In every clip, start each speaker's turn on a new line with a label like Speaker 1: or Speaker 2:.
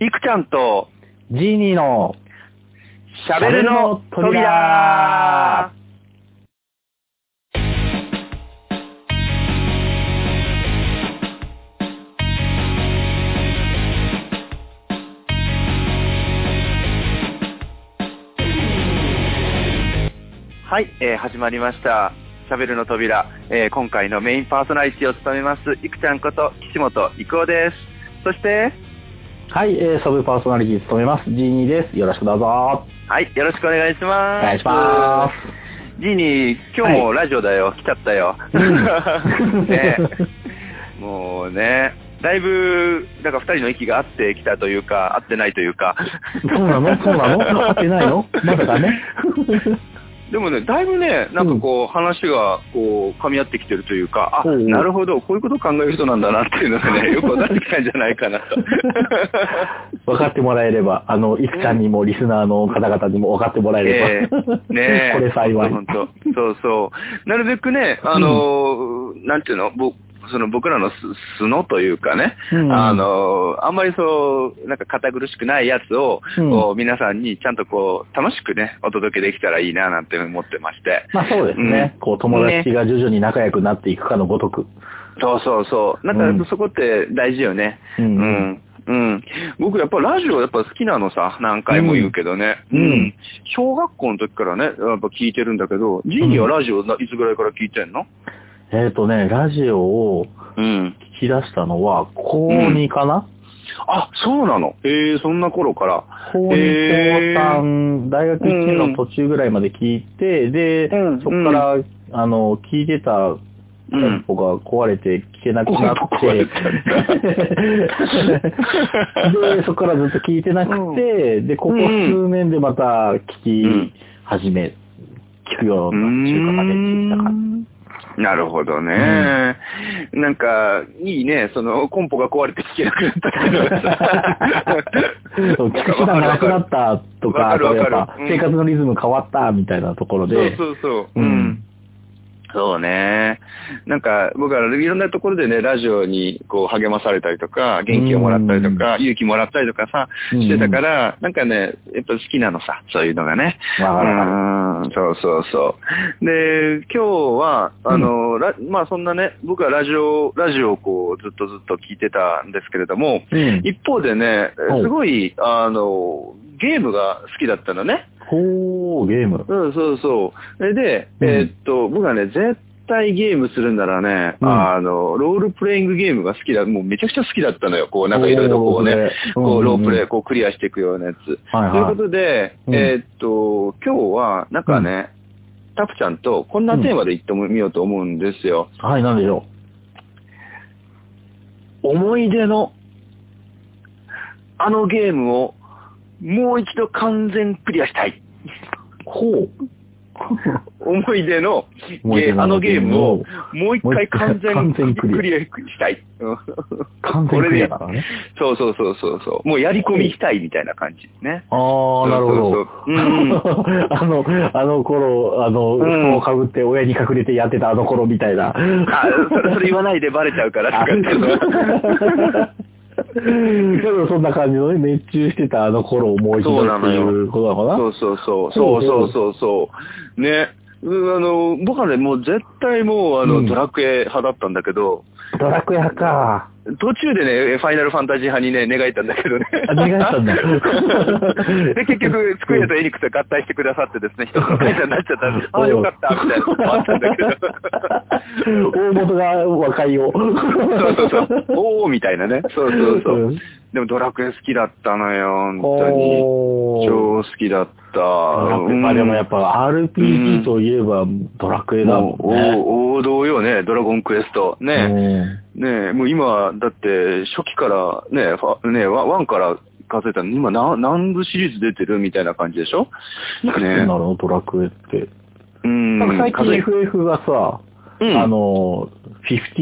Speaker 1: いくちゃんと、
Speaker 2: ジーニーの
Speaker 1: シャベルの扉はい、えー始まりました。シャベルの扉、えー今回のメインパーソナリティを務めます、いくちゃんこと、岸本郁夫です。そして、
Speaker 2: はい、えー、サブパーソナリティ務めます、ジーニーです。よろしくどうぞ。お
Speaker 1: はい、よろしくお願いします。。
Speaker 2: 願いします
Speaker 1: ジーニー、今日もラジオだよ、来ちゃったよ。
Speaker 2: う ん
Speaker 1: ねえもうね、だいぶ、なんか二人の息が合ってきたというか、合ってないという か。
Speaker 2: す。 そうなのそうなの合ってないのまだだね。
Speaker 1: でもね、だいぶね、なんかこう、話が、こう、噛み合ってきてるというか、あ、
Speaker 2: おうおう
Speaker 1: なるほど、こういうことを考える人なんだなっていうのが ね、よくわかってきたんじゃないかなと。
Speaker 2: 分かってもらえれば、あの、いくちゃんにもリスナーの方々にも分かってもらえれば。
Speaker 1: ええねえ。
Speaker 2: これ幸い。
Speaker 1: 本当本当そうそう。なるべくね、あのーなんていうの、ぼその僕らのす素のというかね、
Speaker 2: うん
Speaker 1: あのーあんまりそう、なんか堅苦しくないやつを、
Speaker 2: うん
Speaker 1: こう皆さんにちゃんとこう、楽しくね、お届けできたらいいななんて思ってまして。
Speaker 2: まあそうですね。
Speaker 1: うん
Speaker 2: こう、友達が徐々に仲良くなっていくかのごとく。
Speaker 1: そうそうそう。なん
Speaker 2: う
Speaker 1: か
Speaker 2: ん
Speaker 1: そこって大事よね。
Speaker 2: うん
Speaker 1: うん。うん。僕やっぱラジオやっぱ好きなのさ、何回も言うけどね。
Speaker 2: うん
Speaker 1: 小学校の時からね、やっぱ聞いてるんだけど、ジーニーはラジオないつぐらいから聞いてんの
Speaker 2: えっ、とね、ラジオを
Speaker 1: うん。
Speaker 2: 聞き出したのは、高2かな、
Speaker 1: あ、そうなの。ええそんな頃から。
Speaker 2: 高
Speaker 1: へ
Speaker 2: 2
Speaker 1: ー
Speaker 2: 高3、大学1年の途中ぐらいまで聞いて、で、
Speaker 1: うん
Speaker 2: そこから、あの、聞いてた
Speaker 1: うん
Speaker 2: 店舗が壊れて聞けなくなって、
Speaker 1: 壊れちゃっ
Speaker 2: で、そこからずっと聞いてなくて、で、ここ数年でまた聞き始め、聞くような中華までってた感
Speaker 1: なるほどね。なんか、いいね、その、コンポが壊れて聞けなくなったっていうのがさ
Speaker 2: じ。そう聞く手段がなくなったとか、
Speaker 1: わか
Speaker 2: あ
Speaker 1: る
Speaker 2: と
Speaker 1: わか
Speaker 2: やっ
Speaker 1: る
Speaker 2: ぱ
Speaker 1: うん
Speaker 2: 生活のリズム変わったみたいなところ
Speaker 1: そう
Speaker 2: で、
Speaker 1: そうそう。う
Speaker 2: う
Speaker 1: んん。そうね。なんか、僕はいろんなところでね、ラジオにこう励まされたりとか、元気をもらったりとか、勇気もらったりとかさ、
Speaker 2: うん
Speaker 1: してたから、なんかね、やっぱ好きなのさ、そういうのがね。
Speaker 2: わかるわかる
Speaker 1: うん、そうそうそう。で、今日は、あの、ラまあそんなね、僕はラジオ、ラジオをこうずっとずっと聞いてたんですけれども、
Speaker 2: うん
Speaker 1: 一方でね、
Speaker 2: おう
Speaker 1: すごい、あの、ゲームが好きだったのね。
Speaker 2: ほー、ゲーム。
Speaker 1: うん、そうそう。えで、
Speaker 2: うん
Speaker 1: えーっと、僕はね、絶対ゲームするんならね、
Speaker 2: うん
Speaker 1: あの、ロールプレイングゲームが好きだ、もうめちゃくちゃ好きだったのよ。こう、なんかいろいろこう
Speaker 2: お
Speaker 1: ね
Speaker 2: ー、
Speaker 1: こう、ロ
Speaker 2: ロ
Speaker 1: ー
Speaker 2: ー
Speaker 1: プ
Speaker 2: プレイ
Speaker 1: レイ、こう、クリアしていくようなやつ。
Speaker 2: はい
Speaker 1: という
Speaker 2: は
Speaker 1: こ
Speaker 2: い。
Speaker 1: とで、
Speaker 2: うん
Speaker 1: えーっと、今日は、なんかね、タプちゃんとこんなテーマでいってみようと思うんですよ。
Speaker 2: はい、なんでしょ
Speaker 1: 思い出の、あのゲームを、もう一度完全クリアしたい。
Speaker 2: う。ほう。
Speaker 1: 思い出の、
Speaker 2: 思い
Speaker 1: ゲ
Speaker 2: 出
Speaker 1: ーあのゲームを、もう一回完全
Speaker 2: もう一回完全クリア
Speaker 1: クリアしたい。うん
Speaker 2: 完全クリアだからね。
Speaker 1: そうそうそうそうそう。もうやり込みしたいみたいな感じ ね。
Speaker 2: あー、なるほ
Speaker 1: そう
Speaker 2: ど
Speaker 1: そうそううんう。
Speaker 2: あの、あの頃、あの、
Speaker 1: うん
Speaker 2: 布をかぶって親に隠れてやってたあの頃みたいな。
Speaker 1: あ、それそれ言わないでバレちゃうからとかっていうの は
Speaker 2: だからそんな感じのね、熱中してたあの頃をもう一度っていうことなのかな
Speaker 1: そうそうそう。そうそうそうそう。ね。うんあの、僕はね、もう絶対もう、あの、
Speaker 2: うん
Speaker 1: ドラクエ派だったんだけど、
Speaker 2: ドラクエ派か。
Speaker 1: 途中でね、ファイナルファンタジー派にね、願いたんだけどね。
Speaker 2: あ願いしたんだ
Speaker 1: で、結局、机とエリックスが合体してくださって ですね、一つの会社になっちゃったんで、ああ、よかった、みたいなこともあったんだけ ど。
Speaker 2: 大元が和解を。
Speaker 1: そうそうそう。おーみたいなね。そうそうそう。
Speaker 2: うん
Speaker 1: でもドラクエ好きだったのよ、本当に。
Speaker 2: おー
Speaker 1: 超好きだった。
Speaker 2: まあでもやっぱ
Speaker 1: うん
Speaker 2: RPG といえばドラクエだも
Speaker 1: も
Speaker 2: ん
Speaker 1: う
Speaker 2: ね。
Speaker 1: お王道よね、ドラゴンクエスト。ねねもう今、だって、初期からね、ファね、ワワンから数えたの、今何、何部シリーズ出てるみたいな感じでしょ
Speaker 2: うんいくつに
Speaker 1: ね
Speaker 2: なるのドラクエって。
Speaker 1: うん。
Speaker 2: なんか最近
Speaker 1: 数え
Speaker 2: FF がさ、
Speaker 1: うん
Speaker 2: あの、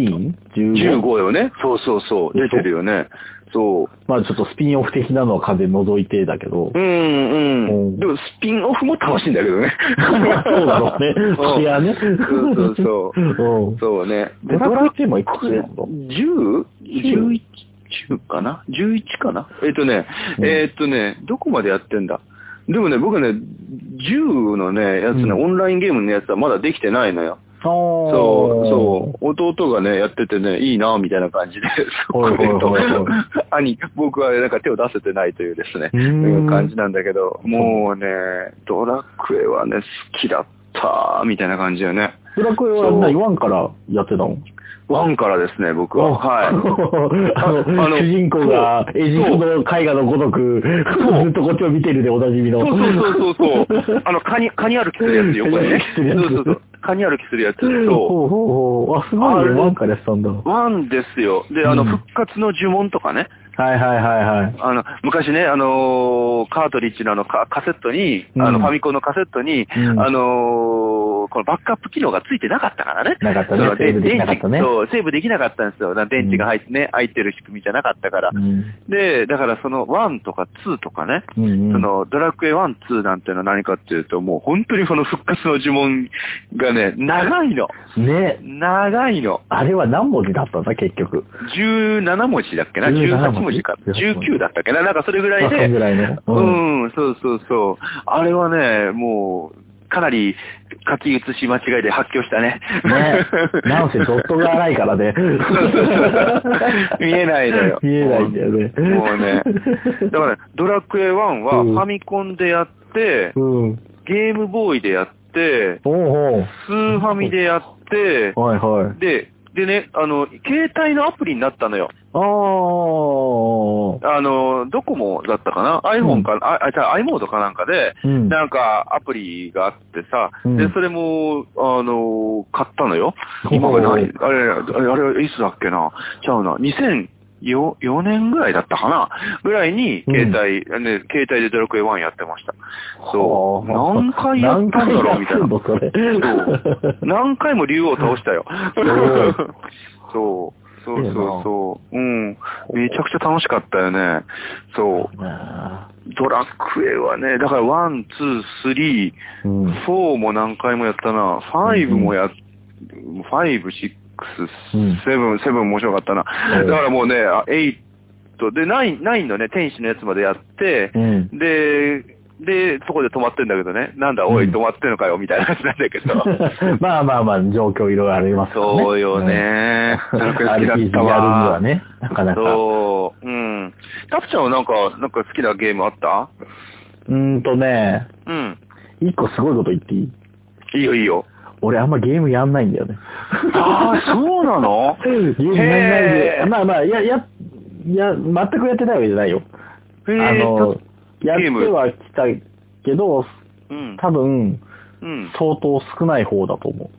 Speaker 2: 15?15?
Speaker 1: 15よね。そうそうそう。出てるよね。そう。
Speaker 2: まあちょっとスピンオフ的なのは風除いてだけど
Speaker 1: う。んう。
Speaker 2: うんん。
Speaker 1: でも、スピンオフも楽しいんだけどね
Speaker 2: そう だろうね。そりゃね。
Speaker 1: うんそうそうそう。
Speaker 2: うん
Speaker 1: そうね。
Speaker 2: ドラクエって今いくつなんだ
Speaker 1: ?10?11? 10かな ?11 かなえっ、とね、えっ、とね、どこまでやってんだでもね、僕ね、10のね、やつね、
Speaker 2: うん
Speaker 1: オンラインゲームのやつはまだできてないのよ。そう、そう、弟がね、やっててね、いいなみたいな感じで、そ
Speaker 2: は
Speaker 1: う
Speaker 2: いはいはいはい
Speaker 1: 兄、僕はなんか手を出せてないというですね、
Speaker 2: うーん
Speaker 1: いう感じなんだけど、もうね、ドラクエはね、好きだった、みたいな感じだよね。
Speaker 2: う。ドラクエは何ワンからやってたの
Speaker 1: ワンからですね、僕は。 はい。
Speaker 2: あの、
Speaker 1: あの
Speaker 2: 主人公がエジプトの絵画のごとく、ずっとこっちを見てるでおなじみの。
Speaker 1: そうそうそうそう そう。あの、カニ、カニ歩きするやつ、横にね。
Speaker 2: カニ
Speaker 1: そう
Speaker 2: 歩きするやつ
Speaker 1: そうそう。カニ歩きするやつ。そ
Speaker 2: ほうほうほう。あ、すご
Speaker 1: あ
Speaker 2: い
Speaker 1: れ
Speaker 2: ね。ワンからやってたんだ。は
Speaker 1: う。ワンですよ。で、あの、
Speaker 2: うん
Speaker 1: 復活の呪文とかね。
Speaker 2: いはいはいはい。
Speaker 1: あの、昔ね、あのーカートリッジのあのカ、カセットに、あ
Speaker 2: う
Speaker 1: の、
Speaker 2: ん
Speaker 1: ファミコンのカセットに、
Speaker 2: うん
Speaker 1: あのーこのバックアップ機能がついてなかったからね。
Speaker 2: なかっ
Speaker 1: そ
Speaker 2: たね
Speaker 1: の。
Speaker 2: セーブできなかった
Speaker 1: 電
Speaker 2: ね
Speaker 1: 池。そう、セーブできなかったんですよ。だから電池が入ってね、空いてる仕組みじゃなかったから。
Speaker 2: うん
Speaker 1: で、だからその1とか2とかね、
Speaker 2: うんう
Speaker 1: そ
Speaker 2: ん
Speaker 1: の、ドラクエ1、2なんてのは何かっていうと、もう本当にその復活の呪文がね、長いの。
Speaker 2: ね。
Speaker 1: 長いの。
Speaker 2: あれは何文字だったんだ、結局。
Speaker 1: 17文字だっけな ?18
Speaker 2: 17
Speaker 1: 文字か。
Speaker 2: 文字
Speaker 1: 19だったっけななんかそれぐらい
Speaker 2: まあそ
Speaker 1: で
Speaker 2: んぐ。らいね。
Speaker 1: う。ん、そうそうそう。あれはね、もう、かなり書き写し間違いで発狂したね。
Speaker 2: ね。なんせドットが荒いからね。
Speaker 1: 見えないのよ。
Speaker 2: 見えないんだよね。
Speaker 1: もうね。だから、ドラクエ1は
Speaker 2: うん
Speaker 1: ファミコンでやって、
Speaker 2: うん。
Speaker 1: ゲームボーイでやって、
Speaker 2: おう
Speaker 1: スーファミでやって
Speaker 2: おう。、はいはい。
Speaker 1: で、でね、あの、携帯のアプリになったのよ。
Speaker 2: ああ。
Speaker 1: あの、ドコモだったかな ?iPhone か、あ、あ、じゃあ i モードかなんかで、
Speaker 2: うん。
Speaker 1: なんかアプリがあってさ、
Speaker 2: うん
Speaker 1: で、それも、あの、買ったのよ。
Speaker 2: おー
Speaker 1: 今が何あれ、あれ、あれいつだっけなちゃうな。2004 4年ぐらいだったかなぐらいに、携帯、ね、携帯でドラクエ1やってました。そう。
Speaker 2: はあ
Speaker 1: 何回やったんだろうみたいな。
Speaker 2: 何回やってんのそれ。
Speaker 1: そう。何回も竜王倒したよ。そう。そうそうそう。うん。めちゃくちゃ楽しかったよね。そう。
Speaker 2: あ
Speaker 1: ドラクエはね、だからワン、ツー、スリー、
Speaker 2: ーうん。
Speaker 1: フォーも何回もやったな。ファイブもや、ファイブ、シックス
Speaker 2: うん、
Speaker 1: セブン、セブン面白かったな。
Speaker 2: うん
Speaker 1: だからもうね、あエイト、で、ナイン、ナインのね、天使のやつまでやって、
Speaker 2: うん。
Speaker 1: で、で、そこで止まってんだけどね。なんだ、おい、
Speaker 2: うん
Speaker 1: 止まってんのかよ、みたいな話なんだけ ど。
Speaker 2: まあまあまあ、状況いろいろありますからね。
Speaker 1: そうよね。
Speaker 2: うん。
Speaker 1: ドラクエ好きだ
Speaker 2: RPG やる
Speaker 1: っ
Speaker 2: に
Speaker 1: たわ。
Speaker 2: はね、なかなか。
Speaker 1: そう。うん。タプちゃんはなんか、なんか好きなゲームあった
Speaker 2: うーんとね、
Speaker 1: うん。
Speaker 2: 一個すごいこと言っていい
Speaker 1: いいよ、いいよ。
Speaker 2: 俺あんまゲームやんないんだよね。
Speaker 1: ああ、そうなの
Speaker 2: ゲームやんない
Speaker 1: へ
Speaker 2: で。
Speaker 1: ー
Speaker 2: まあまあ、いや、いや、いや、全くやってないわけじゃないよ。
Speaker 1: へ
Speaker 2: あ
Speaker 1: え、
Speaker 2: の、やっ
Speaker 1: ゲ
Speaker 2: て
Speaker 1: ーム
Speaker 2: はきたけど、
Speaker 1: うん。
Speaker 2: 多分、
Speaker 1: うん。
Speaker 2: 相当少ない方だと思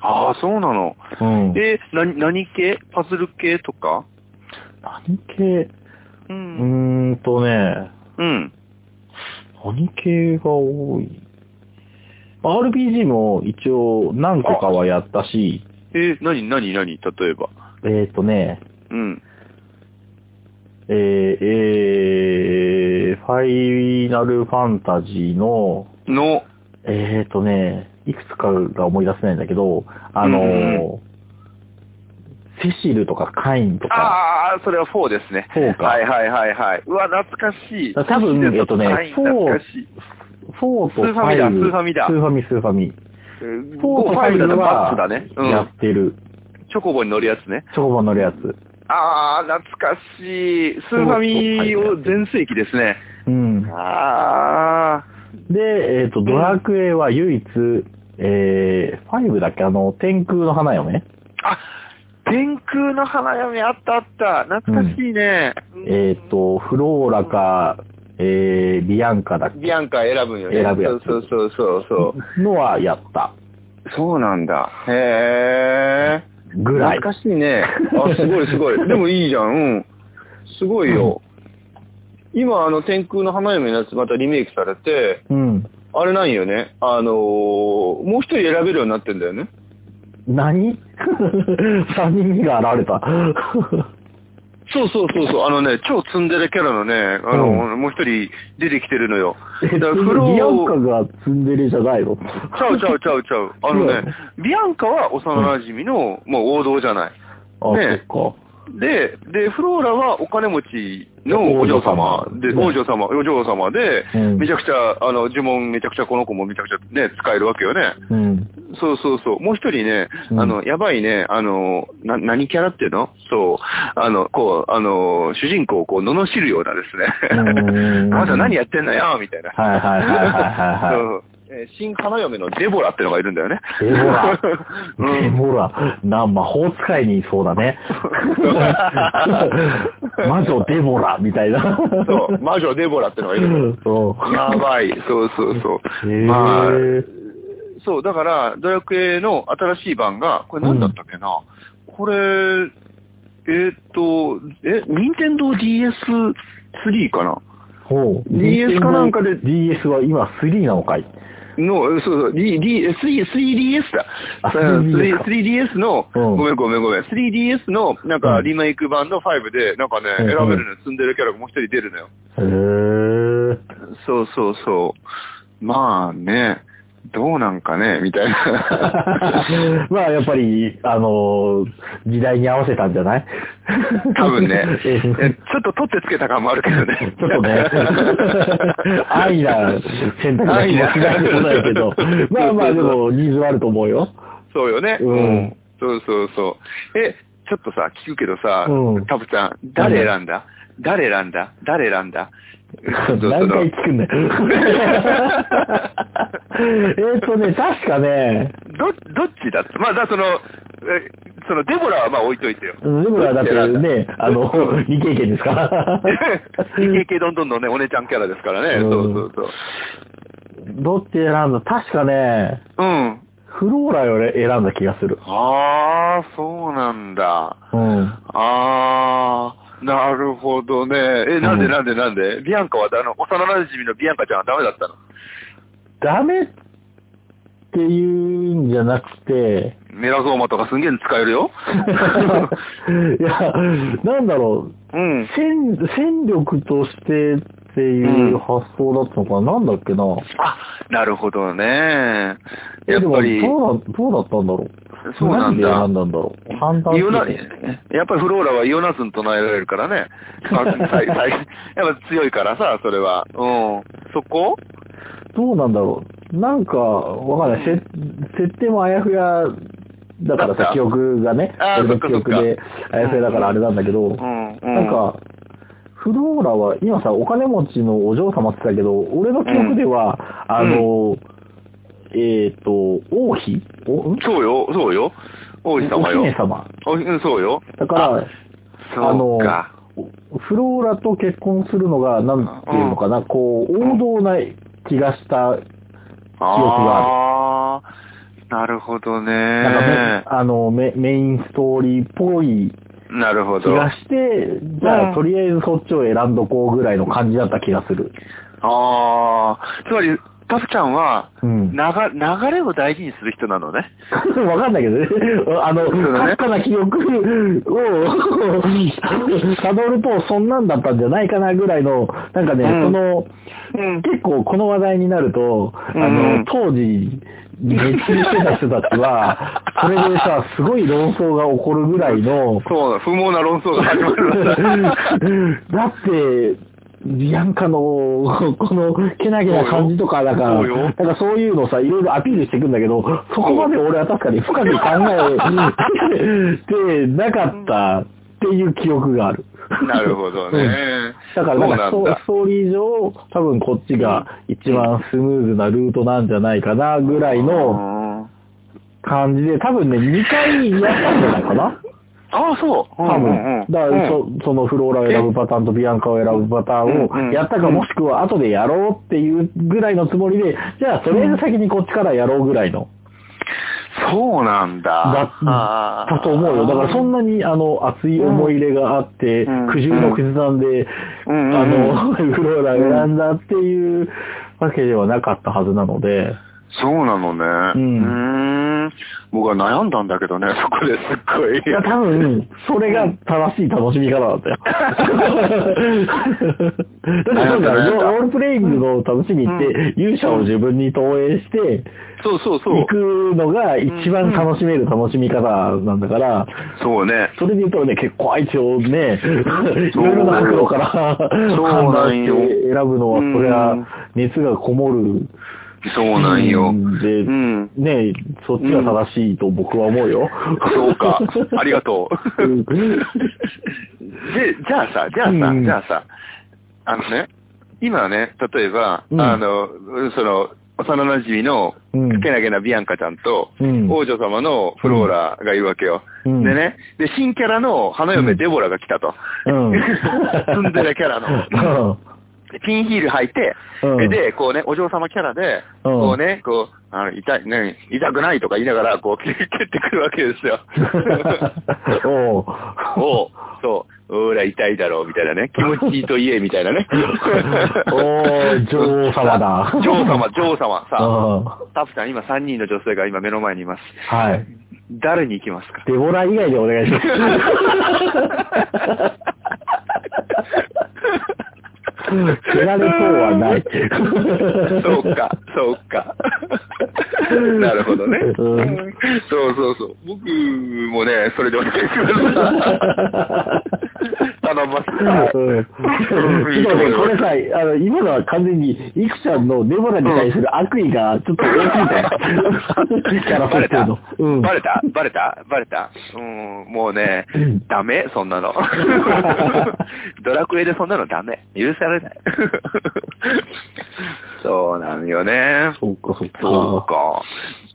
Speaker 1: ああ、そうなの。
Speaker 2: う。うん。
Speaker 1: え、な、何系パズル系とか
Speaker 2: 何系
Speaker 1: う。
Speaker 2: うんーんとね、
Speaker 1: うん。
Speaker 2: 何系が多いまあ ?RPG も一応何個かはやったし、
Speaker 1: え、何、何、何例えば。
Speaker 2: えーっ、とね、
Speaker 1: うん。
Speaker 2: えー、えー、ファイナルファンタジーの、
Speaker 1: の、
Speaker 2: えーっ、とね、いくつかが思い出せないんだけど、あのー、
Speaker 1: うん
Speaker 2: セシルとかカインとか、
Speaker 1: ああ、それは4ですね。
Speaker 2: そうか
Speaker 1: はいはいはいはい。うわ、懐かしい。
Speaker 2: だから多分えっとね
Speaker 1: はい
Speaker 2: フォー
Speaker 1: 懐かしい。
Speaker 2: 4と
Speaker 1: スーファミだスーファミだ
Speaker 2: スーファミ、スーファミ。
Speaker 1: 4
Speaker 2: 4と
Speaker 1: 5だ
Speaker 2: 5
Speaker 1: とバッツだ
Speaker 2: は
Speaker 1: ね。う
Speaker 2: や
Speaker 1: ん。
Speaker 2: ってる。
Speaker 1: チョコボに乗るやつね。
Speaker 2: チョコボン乗るやつ。
Speaker 1: ああ、懐かしい。スーファミを全盛期ですね。
Speaker 2: うん。
Speaker 1: ああ。
Speaker 2: で、えっ、と、ドラクエは唯一、えー、5だっけあの、天空の花嫁、
Speaker 1: あ、天空の花嫁あったあった。懐かしいね。
Speaker 2: えっ、と、フローラか、えー、ビアンカだっ
Speaker 1: ビアンカ選ぶよね。
Speaker 2: 選ぶやつ
Speaker 1: そうそうそうそう。
Speaker 2: けのはやった。
Speaker 1: そうなんだ。へえ。
Speaker 2: ぐらい。
Speaker 1: 懐かしいね。あ、すごいすご い。でもいいじゃん。うん。すごいよ。今、あの、天空の花嫁のやつまたリメイクされて、
Speaker 2: うん。
Speaker 1: あれなんよね。あのーもう一人選べるようになってんだよね。
Speaker 2: 何 ?3 人目が現れた。
Speaker 1: そうそうそうそう、あのね、超ツンデレキャラのね、あの、もう一人出てきてるのよ。だから フロ
Speaker 2: ビアン
Speaker 1: ー
Speaker 2: カがツンデレじゃないの
Speaker 1: ちゃうちゃうちゃうちゃう。あのね、ビアンカは幼馴染の、もう王道じゃない。
Speaker 2: あ、
Speaker 1: ね
Speaker 2: そっか。
Speaker 1: で、で、フローラはお金持ちのお嬢様で、
Speaker 2: 王
Speaker 1: 王女様、お嬢様で、
Speaker 2: うん
Speaker 1: めちゃくちゃ、あの、呪文めちゃくちゃこの子もめちゃくちゃね、使えるわけよね。
Speaker 2: うん。
Speaker 1: そうそうそう。もう一人ね、
Speaker 2: うん
Speaker 1: あの、やばいね、あの、な、何キャラっていうのそう。あの、こう、あの、主人公をこう、罵るようなです
Speaker 2: うんうんう
Speaker 1: ね。
Speaker 2: ん
Speaker 1: あなた何やってんのよみたいな。
Speaker 2: はいはいはいはいはいはい。
Speaker 1: うんえー新花嫁のデボラってのがいるんだよね。
Speaker 2: デボラ
Speaker 1: うん
Speaker 2: デボラ、な、魔法使いにいそう だね。魔女デボラ、みたいな。
Speaker 1: そう、魔女デボラってのがいるんだよ。
Speaker 2: そ。
Speaker 1: やばい。そうそうそうう。
Speaker 2: へ
Speaker 1: まあ、
Speaker 2: ー
Speaker 1: そう、だから、ドラクエの新しい版が、これ何だったっけな、これ、えーっと、え、任天堂 DS3 かな
Speaker 2: ほう。
Speaker 1: DS かなんかで
Speaker 2: DS は今3なのかい
Speaker 1: の、そうそう、D、D、3、3DS だ。
Speaker 2: あ
Speaker 1: うん
Speaker 2: 3DS か
Speaker 1: 3DS の、
Speaker 2: うん
Speaker 1: ごめんごめんごめん、3DS の、なん
Speaker 2: う
Speaker 1: か
Speaker 2: ん
Speaker 1: リメイク版の5で、なんかね、
Speaker 2: うん
Speaker 1: 選
Speaker 2: うん
Speaker 1: べるのよ積んでるキャラがもう一人出るのよ。
Speaker 2: へー。
Speaker 1: そうそうそう。まあね、どうなんかね、みたいな。
Speaker 2: まあ、やっぱり、あのー時代に合わせたんじゃない。
Speaker 1: 多分ね え
Speaker 2: え
Speaker 1: ちょっと取ってつけた感もあるけどね。
Speaker 2: ちょっとね、安易な選択だ気もしないでもないけど、まあまあでもニーズはあると思うよ。
Speaker 1: そうよね。
Speaker 2: うん
Speaker 1: そうそうそう。え、ちょっとさ、聞くけどさ、
Speaker 2: うん
Speaker 1: タブちゃん、誰選んだ誰選んだ誰選ん だ
Speaker 2: 何回聞く んだよ。えっとね、確かね、
Speaker 1: ど、どっちだってまあ、だその、えその、デボラはまあ置いといてよ。
Speaker 2: でもだってね、あの、未経験です から。
Speaker 1: イケイケどんどんのね、お姉ちゃんキャラですからね。
Speaker 2: うん
Speaker 1: そうそうそう。
Speaker 2: どっち選んだ確かね、
Speaker 1: うん。
Speaker 2: フローラを選んだ気がする。
Speaker 1: ああ、そうなんだ。
Speaker 2: うん。
Speaker 1: ああ、なるほどね。え、なん
Speaker 2: う
Speaker 1: で
Speaker 2: ん
Speaker 1: なんでなんで、ビアンカは、あの、幼馴染のビアンカちゃんはダメだったの
Speaker 2: ダメっていうんじゃなくて、
Speaker 1: メラゾーマとかすんげえ使えるよ。
Speaker 2: いや、なんだろう、
Speaker 1: うん。
Speaker 2: 戦、戦力としてっていう発想だったのかな、なんだっけな。
Speaker 1: あ、なるほどね。
Speaker 2: え
Speaker 1: やっぱり
Speaker 2: で、もどうだ、どうだったんだろう。
Speaker 1: そうなんだ
Speaker 2: 何で選んだんだろう。判断
Speaker 1: イオナ
Speaker 2: 基準、
Speaker 1: やっぱりフローラはイオナスン唱えられるからね。あ最最 やっぱ強いからさ、それは。うん。そこ
Speaker 2: どうなんだろう。なんか、わかんない。せ設定もあやふや、だか
Speaker 1: だ
Speaker 2: ら
Speaker 1: っ
Speaker 2: さ
Speaker 1: た、
Speaker 2: 記憶がね、
Speaker 1: あーそ
Speaker 2: 俺の
Speaker 1: っか
Speaker 2: 記
Speaker 1: そっ
Speaker 2: 憶
Speaker 1: か
Speaker 2: で、あやふやだからあれなんだけ
Speaker 1: う
Speaker 2: ど、
Speaker 1: ん。うん。
Speaker 2: なんか、フローラは、今さ、お金持ちのお嬢様って言ったけど、俺の記憶では、あの、えっ、と、王妃おん
Speaker 1: そうよ、そうよ。王子様
Speaker 2: お姫
Speaker 1: よ。
Speaker 2: 様。
Speaker 1: おうんそうよ。
Speaker 2: だから、あ
Speaker 1: そうか。
Speaker 2: の、フローラと結婚するのが、なんていうのかな、こう、王道な気がした、
Speaker 1: ああー、なるほどね。
Speaker 2: なんかめあのメ、メインストーリーっぽい
Speaker 1: なるほ
Speaker 2: 気
Speaker 1: ど。
Speaker 2: がして、じゃ
Speaker 1: うん
Speaker 2: あ、とりあえずそっちを選んどこうぐらいの感じだった気がする。
Speaker 1: ああ、つまり、タフちゃんは、
Speaker 2: うん。
Speaker 1: 流流れを大事にする人なのね。
Speaker 2: わかんないけどね。 あの、
Speaker 1: そうだね
Speaker 2: かすかな記憶 を辿ると、そんなんだったんじゃないかなぐらいの、なんかね、
Speaker 1: うん
Speaker 2: その、
Speaker 1: うん。
Speaker 2: 結構この話題になると、あ
Speaker 1: うん
Speaker 2: の、当時、熱中してた人たち は、それでさ、すごい論争が起こるぐらいの、
Speaker 1: そうだ、不毛な論争が始まるんだ。
Speaker 2: だって、ビアンカの、この、けなげな感じとか、なんか、
Speaker 1: そうよ
Speaker 2: なんかそういうのさ、いろいろアピールしていくんだけど、そこまで俺は確かに深く考えてなかったっていう記憶がある。
Speaker 1: なるほどね。
Speaker 2: だからなんか
Speaker 1: そ
Speaker 2: そうう
Speaker 1: なんだ
Speaker 2: ストーリー上、多分こっちが一番スムーズなルートなんじゃないかな、ぐらいの
Speaker 1: の、
Speaker 2: 感じで、多分ね、2回やったんじゃないかな
Speaker 1: ああ、そう。
Speaker 2: 多分。だからそ、そのフローラを選ぶパターンとビアンカを選ぶパタ
Speaker 1: う
Speaker 2: ー
Speaker 1: んう
Speaker 2: ン
Speaker 1: ん
Speaker 2: をやったかもしくは後でやろうっていうぐらいのつもりで、じゃあとりあえず先にこっちからやろうぐらいの、
Speaker 1: そうなんだ。
Speaker 2: だ、だと思うよ。だからそんなにあの熱い思い入れがあって、
Speaker 1: うん
Speaker 2: 苦渋の決断で、
Speaker 1: うん
Speaker 2: あの、フローラを選んだっていうわけではなかったはずなので、
Speaker 1: そうなのね。
Speaker 2: うん
Speaker 1: うーん。僕は悩んだんだけどね、 そこですっごい。
Speaker 2: いや、多分、それが正しい楽しみ方だ ったよ。
Speaker 1: なん
Speaker 2: だってそうだ
Speaker 1: かなん
Speaker 2: よ、
Speaker 1: か
Speaker 2: ロールプレイングの楽しみって、勇者を自分に投影して、
Speaker 1: そうそうそ
Speaker 2: 行
Speaker 1: う。
Speaker 2: くのが一番楽しめる楽しみ方なんだから、
Speaker 1: そうね。
Speaker 2: それで言うとね、結構相手をね、い
Speaker 1: そう
Speaker 2: ろいろな角度から判
Speaker 1: うな
Speaker 2: 断
Speaker 1: ん
Speaker 2: し
Speaker 1: よ
Speaker 2: て選ぶのは、
Speaker 1: うん
Speaker 2: それは熱がこもる。
Speaker 1: そうなんよ。
Speaker 2: で、
Speaker 1: うん。
Speaker 2: ねそっちが正しいと僕は思うよ。
Speaker 1: そう か。ありがとう。
Speaker 2: うん
Speaker 1: で、じゃあさ、じゃあさ、
Speaker 2: うん
Speaker 1: じゃあさ、あのね、今ね、例えば、
Speaker 2: うん
Speaker 1: あの、その、幼馴染の
Speaker 2: うん、
Speaker 1: けなげなビアンカちゃんと、
Speaker 2: うん
Speaker 1: 王女様のフローラがいるわけよ。
Speaker 2: うん
Speaker 1: でね、で、新キャラの花嫁デボラが来たと。
Speaker 2: うん。
Speaker 1: ツンデレキャラの。ピンヒール履いて、
Speaker 2: うん
Speaker 1: で、こうね、お嬢様キャラで、
Speaker 2: うん
Speaker 1: こうね、こう、あの痛い、ね、痛くないとか言いながら、こう、蹴ってくるわけです よ。
Speaker 2: おう
Speaker 1: を、そう、ほら、痛いだろう、みたいなね。気持ちいいと言え、みたいなね。
Speaker 2: おー女王様だ
Speaker 1: 女王様、女王様。さあ、
Speaker 2: うん
Speaker 1: タフさん、今3人の女性が今目の前にいます。
Speaker 2: はい。
Speaker 1: 誰に行きますか
Speaker 2: デボラ以外でお願いします。蹴られそうはない。
Speaker 1: そうか、そう か。なるほどね。
Speaker 2: うん
Speaker 1: そうそうそう。僕もね、それでお願いし ます。頼みます。
Speaker 2: うんちょっとね、これさ、あの、今のは完全に、いくちゃんのデボラに対する悪意が ちょっと大きいんだよ。キャラ
Speaker 1: バレ
Speaker 2: 設定
Speaker 1: た
Speaker 2: の。うん。
Speaker 1: バレたバレたバレたうん、もうね
Speaker 2: うん、
Speaker 1: ダメそんな の。ドラクエでそんなのダメ。許され ない。そうなんよね。
Speaker 2: そうか、そうか。
Speaker 1: そうか。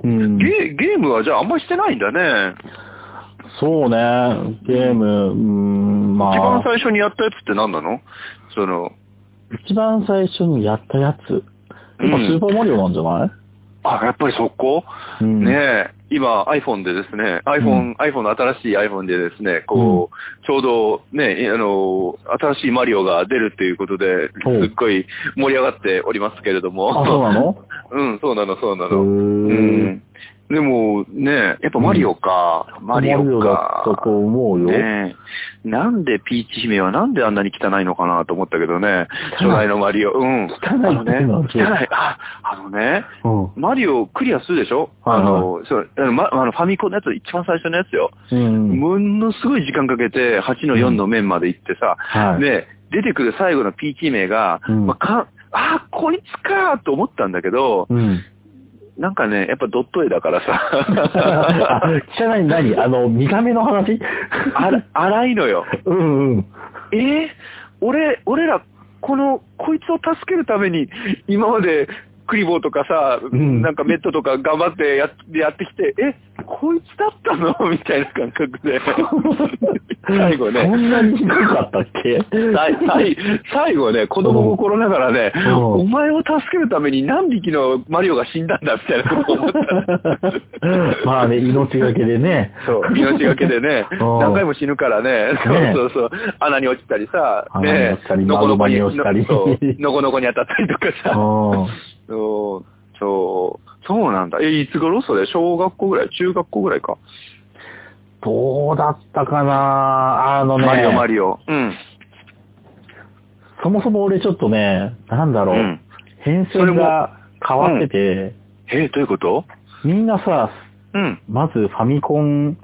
Speaker 2: うん。
Speaker 1: ゲゲームはじゃああんましてないんだね。
Speaker 2: そうね、ゲーム、うん、まあ。
Speaker 1: 一番最初にやったやつって何なのその、
Speaker 2: 一番最初にやったやつ。やっぱ
Speaker 1: うん
Speaker 2: スーパーマリオなんじゃない、
Speaker 1: あ、やっぱり速攻、
Speaker 2: うん
Speaker 1: ねえ、今 iPhone でですね、iPhone、iPhone の新しい iPhone でですね、こう、ちょうどね、あの、新しいマリオが出るっていうことで、
Speaker 2: おう
Speaker 1: すっごい盛り上がっておりますけれども。
Speaker 2: あ、そうなの
Speaker 1: うん、そうなの、そうなの。
Speaker 2: へー
Speaker 1: うん。でもね、やっぱマリオか、マリオ
Speaker 2: だった
Speaker 1: か。
Speaker 2: と思うよ。
Speaker 1: ねえ。なんでピーチ姫はなんであんなに汚いのかなと思ったけどね。
Speaker 2: 汚
Speaker 1: 初
Speaker 2: い
Speaker 1: 代のマリオ。うん。
Speaker 2: い
Speaker 1: あのね。
Speaker 2: っ
Speaker 1: 汚。
Speaker 2: ていうのはい
Speaker 1: あ、あのね。
Speaker 2: うん。う
Speaker 1: マリオクリアするでしょ
Speaker 2: はいはい
Speaker 1: あの、そう、あの、ま、あのファミコンのやつ、一番最初のやつよ。
Speaker 2: ん。
Speaker 1: ものすごい時間かけて、8の4の面まで行ってさ、
Speaker 2: はい。
Speaker 1: で、出てくる最後の PT 名が、
Speaker 2: うん
Speaker 1: まあ、か、あー、こいつかーと思ったんだけど、
Speaker 2: うん。
Speaker 1: なんかね、やっぱドット絵だからさ、
Speaker 2: あ、汚い何あの、見た目の話
Speaker 1: あら荒いのよ。
Speaker 2: うんうん。
Speaker 1: えー、俺、俺ら、この、こいつを助けるために、今まで、クリボーとかさ、
Speaker 2: うん
Speaker 1: なんかメットとか頑張ってやっやってきて、え、こいつだったの みたいな感覚 で。最後
Speaker 2: そ
Speaker 1: ね
Speaker 2: んなにひどかったっけ
Speaker 1: 最最最後ね、子供心ながらね、
Speaker 2: うん
Speaker 1: お前を助けるために何匹のマリオが死んだんだみたいなこと思った。
Speaker 2: まあね、命がけでね。、
Speaker 1: そう、命がけでね
Speaker 2: うん
Speaker 1: 何回も死ぬからね、
Speaker 2: ね
Speaker 1: そうそうそう、穴に落ちたりさ、
Speaker 2: 穴に
Speaker 1: ね
Speaker 2: 落ちたり
Speaker 1: のこのこに、
Speaker 2: 窓場に落ちたり
Speaker 1: のそうのこのこに当たったりとか
Speaker 2: う
Speaker 1: さ、
Speaker 2: ん。
Speaker 1: そう、そう、そうなんだ。え、いつ頃それ小学校ぐらい中学校ぐらいか。
Speaker 2: どうだったかなあのね。
Speaker 1: マリオマリオ。うん。
Speaker 2: そもそも俺ちょっとね、なんだろう、
Speaker 1: うん
Speaker 2: 編成が変わってて、
Speaker 1: え、どういうこと
Speaker 2: みんなさ、
Speaker 1: うん。
Speaker 2: まずファミコン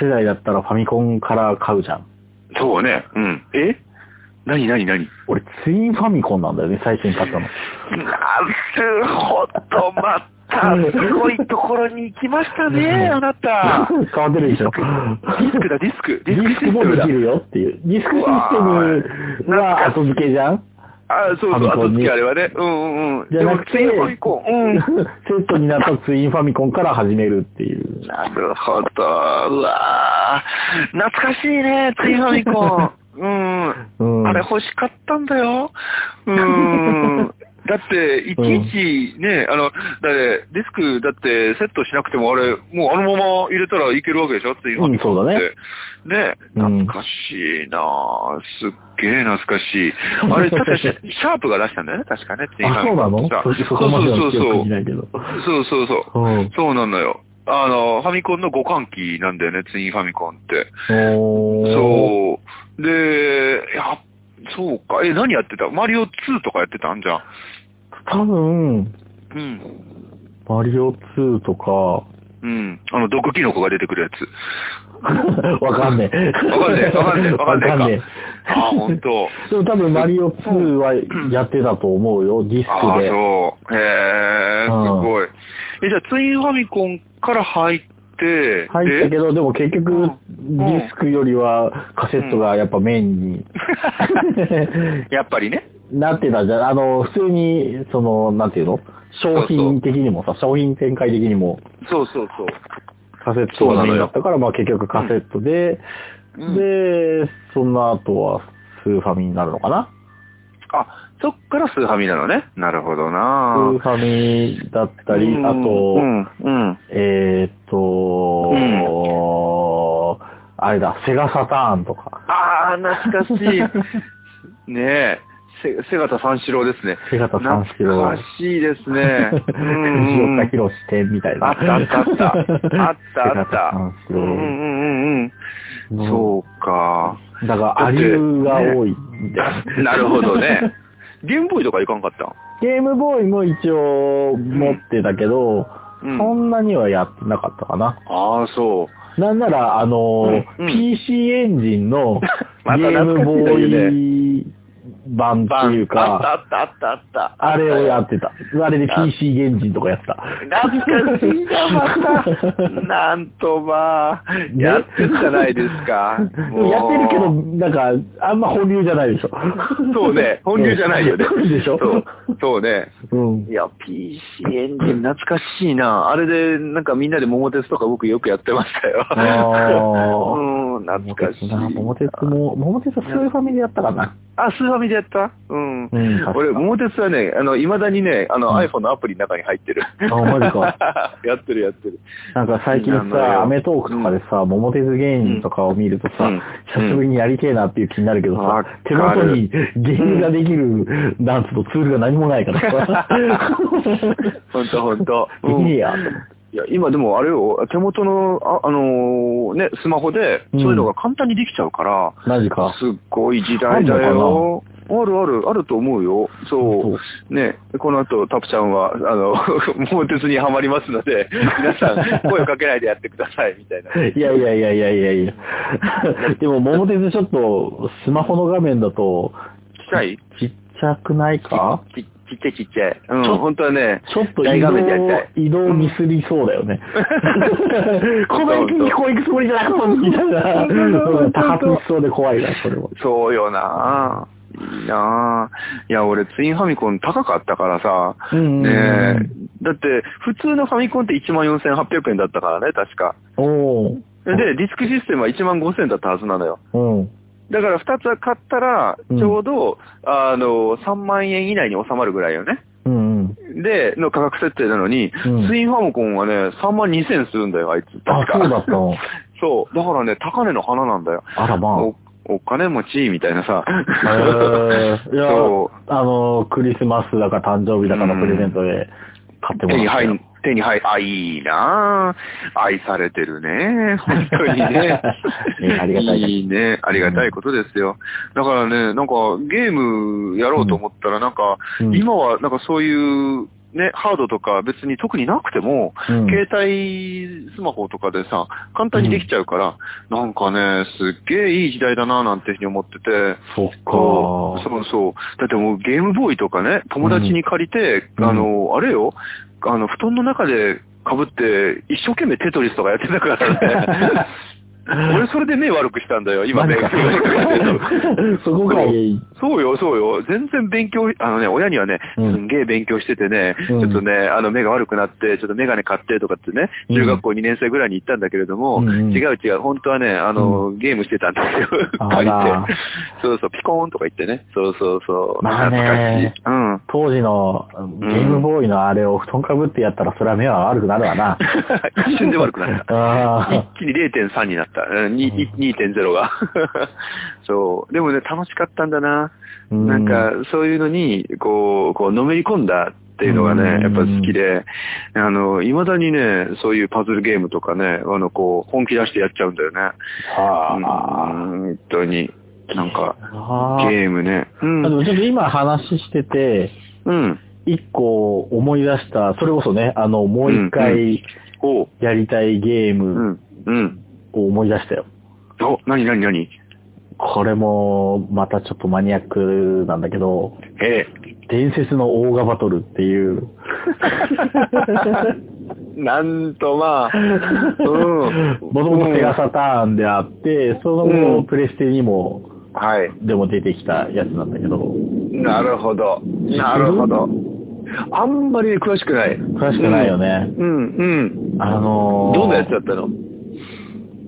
Speaker 2: 世代だったらファミコンから買うじゃん。
Speaker 1: そうね。うん。え何何何
Speaker 2: 俺ツインファミコンなんだよね、最初に買ったの。
Speaker 1: なるほど、また、すごいところに行きましたね、あなた。
Speaker 2: 変わってるでしょ。
Speaker 1: ディスクだ、ディスク。
Speaker 2: デ
Speaker 1: ディス
Speaker 2: ィス
Speaker 1: クシス
Speaker 2: クも
Speaker 1: テム
Speaker 2: で
Speaker 1: だ
Speaker 2: き。るよっていう。ディスクシステムは後付けじゃん
Speaker 1: あそうそう、
Speaker 2: ファミコ
Speaker 1: 後
Speaker 2: ン
Speaker 1: 付
Speaker 2: に
Speaker 1: けあれはね。うんうんうん。
Speaker 2: じゃなくて、
Speaker 1: でも次のファミコン。うん。
Speaker 2: セットになったツインファミコンから始めるっていう。
Speaker 1: なるほど。うわー懐かしいね、ツイファミコン。うん。
Speaker 2: うん
Speaker 1: あれ欲しかったんだよ。うん。だって、いちいちね、あの、だって、ディスクだってセットしなくてもあれ、もうあのまま入れたらいけるわけでしょっていう
Speaker 2: うんそうだね
Speaker 1: ね、
Speaker 2: うん
Speaker 1: 懐かしいなぁ。すっげえ懐かしい。あれ、確かシャシャープが出したんだよね、確かね。って今
Speaker 2: あ、そうなの
Speaker 1: さ
Speaker 2: そそこまでは記憶にないけど。
Speaker 1: そうそうそう。
Speaker 2: うん。
Speaker 1: そうなのよ。あの、ファミコンの互換機なんだよね、ツインファミコンって。
Speaker 2: おー
Speaker 1: そう。で、いや、そうか。え、何やってたマリオ2とかやってたんじゃん。
Speaker 2: 多分、
Speaker 1: うん。
Speaker 2: マリオ2とか、
Speaker 1: うん。あの、毒キノコが出てくるやつ。
Speaker 2: わかんねえ。
Speaker 1: わかんねえ、わかんねえ、わかんねえか。あ、ほんと。
Speaker 2: でも多分マリオ2はやってたと思うよ、ディス
Speaker 1: あ
Speaker 2: ク
Speaker 1: あ、
Speaker 2: で。
Speaker 1: そう。へえ、すごい。え、じゃあ、ツインファミコンから入って、
Speaker 2: 入ったけど、でも結
Speaker 1: うん
Speaker 2: 局、ディスクよりはカセットがやっぱメイン に
Speaker 1: で、やっぱりね。
Speaker 2: なってたじゃん。あの、普通に、その、なんていうの商品的にもさ、商品展開的にも
Speaker 1: そうそうそう。
Speaker 2: カセットがメインだったから、まあ結局カセットで、
Speaker 1: うん
Speaker 2: で、その後はスーファミになるのかな
Speaker 1: あ、そっからスーハミなのね。なるほどな
Speaker 2: スーファミだったり、あと、
Speaker 1: うん、うん。
Speaker 2: えーっと、あれだ、セガサターンとか。
Speaker 1: ああ、懐かし い。ねえ、せ、瀬形三四郎ですね。
Speaker 2: セガタ三四郎
Speaker 1: 懐か。しいです ね。
Speaker 2: 藤
Speaker 1: うんうん
Speaker 2: 岡弘店みたいな。
Speaker 1: あったあったあった。あったあった。う
Speaker 2: セガタ三四
Speaker 1: んう
Speaker 2: 郎
Speaker 1: んうんうん。そうか。
Speaker 2: だから、アリューが多いんだよ。
Speaker 1: なるほど ね。ゲームボーイとかいかんかった
Speaker 2: ゲームボーイも一応持ってたけど、
Speaker 1: うん
Speaker 2: そんなにはやってなかったかな。
Speaker 1: ああ、そう。
Speaker 2: なんなら、あの、
Speaker 1: うんうん
Speaker 2: PC エンジンのゲ
Speaker 1: また
Speaker 2: ーム
Speaker 1: 懐かしい
Speaker 2: ボ
Speaker 1: だけね
Speaker 2: ーイ版っていう
Speaker 1: あった
Speaker 2: か、
Speaker 1: あったあったあった。
Speaker 2: あれをやってた。あれで PC エンジンとかやってた。
Speaker 1: 懐かしいな、ま た。なんとまあ、
Speaker 2: ね
Speaker 1: やってるじゃないです か。もう
Speaker 2: やってるけど、なんか、あんま本流じゃないでしょ。
Speaker 1: そうね、本流じゃないよね。
Speaker 2: うんでしょ
Speaker 1: そうそうね。
Speaker 2: うん
Speaker 1: い。や、PC エンジン懐かしいな。あれで、なんかみんなで桃鉄とか僕よくやってましたよ。
Speaker 2: あー
Speaker 1: うん、懐かしい。
Speaker 2: 桃鉄も、桃鉄はそういうファミリーやったかな。
Speaker 1: あ、スーファミでやったうん。
Speaker 2: うん
Speaker 1: 俺、桃鉄はね、あの、未だにね、あの、iPhone のアプリの中に入ってる。
Speaker 2: あ、マジか。
Speaker 1: やってるやってる。
Speaker 2: なんか最近
Speaker 1: いいな
Speaker 2: さ、アメトークとかでさ、桃鉄芸人とかを見るとさ、
Speaker 1: うん
Speaker 2: 久しぶりにやりてえなっていう気になるけど
Speaker 1: わ
Speaker 2: さ
Speaker 1: か、
Speaker 2: 手
Speaker 1: る
Speaker 2: 元にゲームができるなんつうのツールが何もないからさ、
Speaker 1: ほんとほんと。
Speaker 2: できねえや。
Speaker 1: いや、今でもあれよ、手元の、あ、あのーね、スマホで、そういうのが簡単にできちゃうから、
Speaker 2: マジか。
Speaker 1: すっごい時代だよ。あるある、あると思うよ。そ
Speaker 2: 本
Speaker 1: う。ね、この後、タプちゃんは、あの、 桃鉄にはまりますので、皆さん、声をかけないでやってください、みたいな。
Speaker 2: いやいやいやいやいやいや。 でも桃鉄ちょっと、スマホの画面だと、
Speaker 1: 機械
Speaker 2: ちっちゃくないか
Speaker 1: ち、ちっちゃいちっちゃい。うん
Speaker 2: ちょ、
Speaker 1: 本当はね、
Speaker 2: ちょっと
Speaker 1: 大
Speaker 2: 移
Speaker 1: 画
Speaker 2: 動
Speaker 1: 面でやりたい。
Speaker 2: 移動ミスりそうだよね。この駅にこう行くつもりじゃなかったのにみたいな。うん多発しそうで怖いな、それは。
Speaker 1: そうよなぁ。いいなぁ。いや、俺、ツインファミコン高かったからさ、
Speaker 2: うん
Speaker 1: ねえ。だって、普通のファミコンって14,800円だったからね、確か。
Speaker 2: おー
Speaker 1: で、ディスクシステムは15,000円だったはずなのよ。
Speaker 2: うん。
Speaker 1: だから2つは買ったら、
Speaker 2: うん
Speaker 1: ちょうど、あの、3万円以内に収まるぐらいよね。
Speaker 2: うんうん。
Speaker 1: で、の価格設定なのに、
Speaker 2: うん
Speaker 1: ツインファミコンはね、3万2000するんだよ、あいつ。
Speaker 2: あ
Speaker 1: 確、
Speaker 2: そうだ
Speaker 1: か。
Speaker 2: ったの。
Speaker 1: そう。だからね、高値の花なんだよ。
Speaker 2: あらまあ。
Speaker 1: おお金持ち、みたいなさ。
Speaker 2: へーいや
Speaker 1: そ、
Speaker 2: あの、クリスマスだか誕生日だかのプレゼントで買っ
Speaker 1: 手
Speaker 2: ても
Speaker 1: に
Speaker 2: らった
Speaker 1: 入
Speaker 2: よ。
Speaker 1: ん、手に入ん、あ、いいなぁ。愛されてるね。本当にね
Speaker 2: ねありがたいです
Speaker 1: いいね。ありがたいことですよ。だからね、なんかゲームやろうと思ったら、なんか、
Speaker 2: うん
Speaker 1: 今はなんかそういう、ね、ハードとか別に特になくても、
Speaker 2: うん
Speaker 1: 携帯スマホとかでさ、簡単にできちゃうから、なんかね、すっげえいい時代だなぁなんてふうに思ってて、
Speaker 2: そっ
Speaker 1: そう
Speaker 2: か。
Speaker 1: そうそう。だってもうゲームボーイとかね、友達に借りて、
Speaker 2: うん
Speaker 1: あの、あれよ、 あの、布団の中で被って、一生懸命テトリスとかやってたからね。俺それで目悪くしたんだよ、今ね。
Speaker 2: そこが原因。
Speaker 1: そうよ、そうよ。全然勉強、あのね、親にはね、す
Speaker 2: うん
Speaker 1: んげえ勉強しててね、ち
Speaker 2: うん
Speaker 1: ょっとね、あの、目が悪くなって、ちょっとメガネ買ってとかってね、
Speaker 2: うん
Speaker 1: 中学校2年生ぐらいに行ったんだけれども、
Speaker 2: うんうん
Speaker 1: 違う違う、本当はね、あの、ゲームしてたんですよ。
Speaker 2: あら
Speaker 1: 借りてそうそう、ピコーンとか言ってね。そうそうそう。
Speaker 2: まあね
Speaker 1: 懐かしいうん。
Speaker 2: 当時のゲームボーイのあれを布団かぶってやったらそれは目は悪くなるわな。
Speaker 1: 一瞬で悪くなった。
Speaker 2: あ
Speaker 1: 一気に0.3になった。うんに2.0が。 そう。でもね、楽しかったんだな。
Speaker 2: ー
Speaker 1: なん、か、そういうのに、こう、こう、のめり込んだっていうのが
Speaker 2: うん
Speaker 1: ね、やっぱ好きで、あの、未だにね、そういうパズルゲームとかね、あの、こう、本気出してやっちゃうんだよね。うん
Speaker 2: は
Speaker 1: 本当に。なんか、
Speaker 2: あ。あー
Speaker 1: ゲームね。う
Speaker 2: あで
Speaker 1: ん。
Speaker 2: もちょっと今話してて、
Speaker 1: うん。
Speaker 2: 一個思い出した、それこそね、あの、もう一回
Speaker 1: おう。
Speaker 2: やりたいゲー
Speaker 1: う
Speaker 2: ム
Speaker 1: ん。うん。
Speaker 2: を思い出したよ。
Speaker 1: お、なになになに
Speaker 2: これも、またちょっとマニアックなんだけど、
Speaker 1: ええ。
Speaker 2: 伝説のオーガバトルっていう、
Speaker 1: なんと まあ、うん。
Speaker 2: もともとセガサターンであって、その
Speaker 1: う
Speaker 2: 後
Speaker 1: ん
Speaker 2: プレステにも、
Speaker 1: はい。
Speaker 2: でも出てきたやつなんだけど、
Speaker 1: なるほど。なるほど。あんまり詳しくない。
Speaker 2: 詳しくないよね。
Speaker 1: うん、うん。
Speaker 2: あのー、
Speaker 1: どんなやつだったの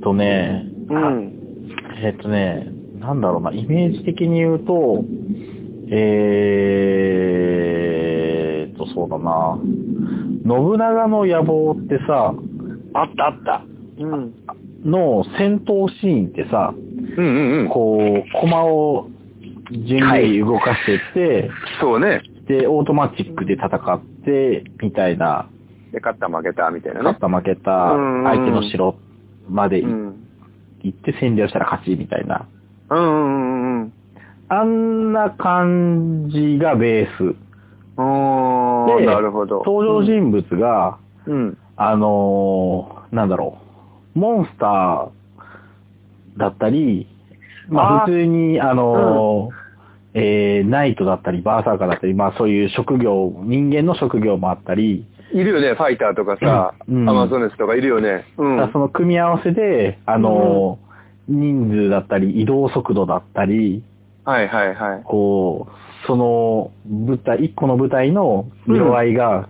Speaker 2: とね、
Speaker 1: うん。
Speaker 2: えっとね、なんだろうな、イメージ的に言うと、えーっと、そうだな。信長の野望ってさ、
Speaker 1: あったあった。うん。
Speaker 2: の戦闘シーンってさ、
Speaker 1: うんうんうん。
Speaker 2: こう、駒を順に動かしてって、
Speaker 1: そうね。
Speaker 2: で、オートマチックで戦って、みたいな、
Speaker 1: で、勝った負けたみたいな
Speaker 2: 勝
Speaker 1: ね
Speaker 2: っ。た負けた、
Speaker 1: うん
Speaker 2: 相手の城まで
Speaker 1: うん。
Speaker 2: 行って占領したら勝ち、みたいな。
Speaker 1: うんうんうんうん。
Speaker 2: あんな感じがベース。
Speaker 1: おー、
Speaker 2: で
Speaker 1: なるほど。
Speaker 2: 登場人物が、
Speaker 1: うん。
Speaker 2: あのーなんだろう、モンスターだったり、まあ
Speaker 1: あー
Speaker 2: 普通に、あのーえーナイトだったり、バーサーカーだったり、まあそういう職業、人間の職業もあったり、
Speaker 1: いるよね、ファイターとかさ、ア
Speaker 2: うん
Speaker 1: マゾネスとかいるよね。う
Speaker 2: だ
Speaker 1: ん。
Speaker 2: からその組み合わせで、あのー人数だったり、移動速度だったり、
Speaker 1: はいはいはい。
Speaker 2: こう、その舞台、一個の舞台の色合いが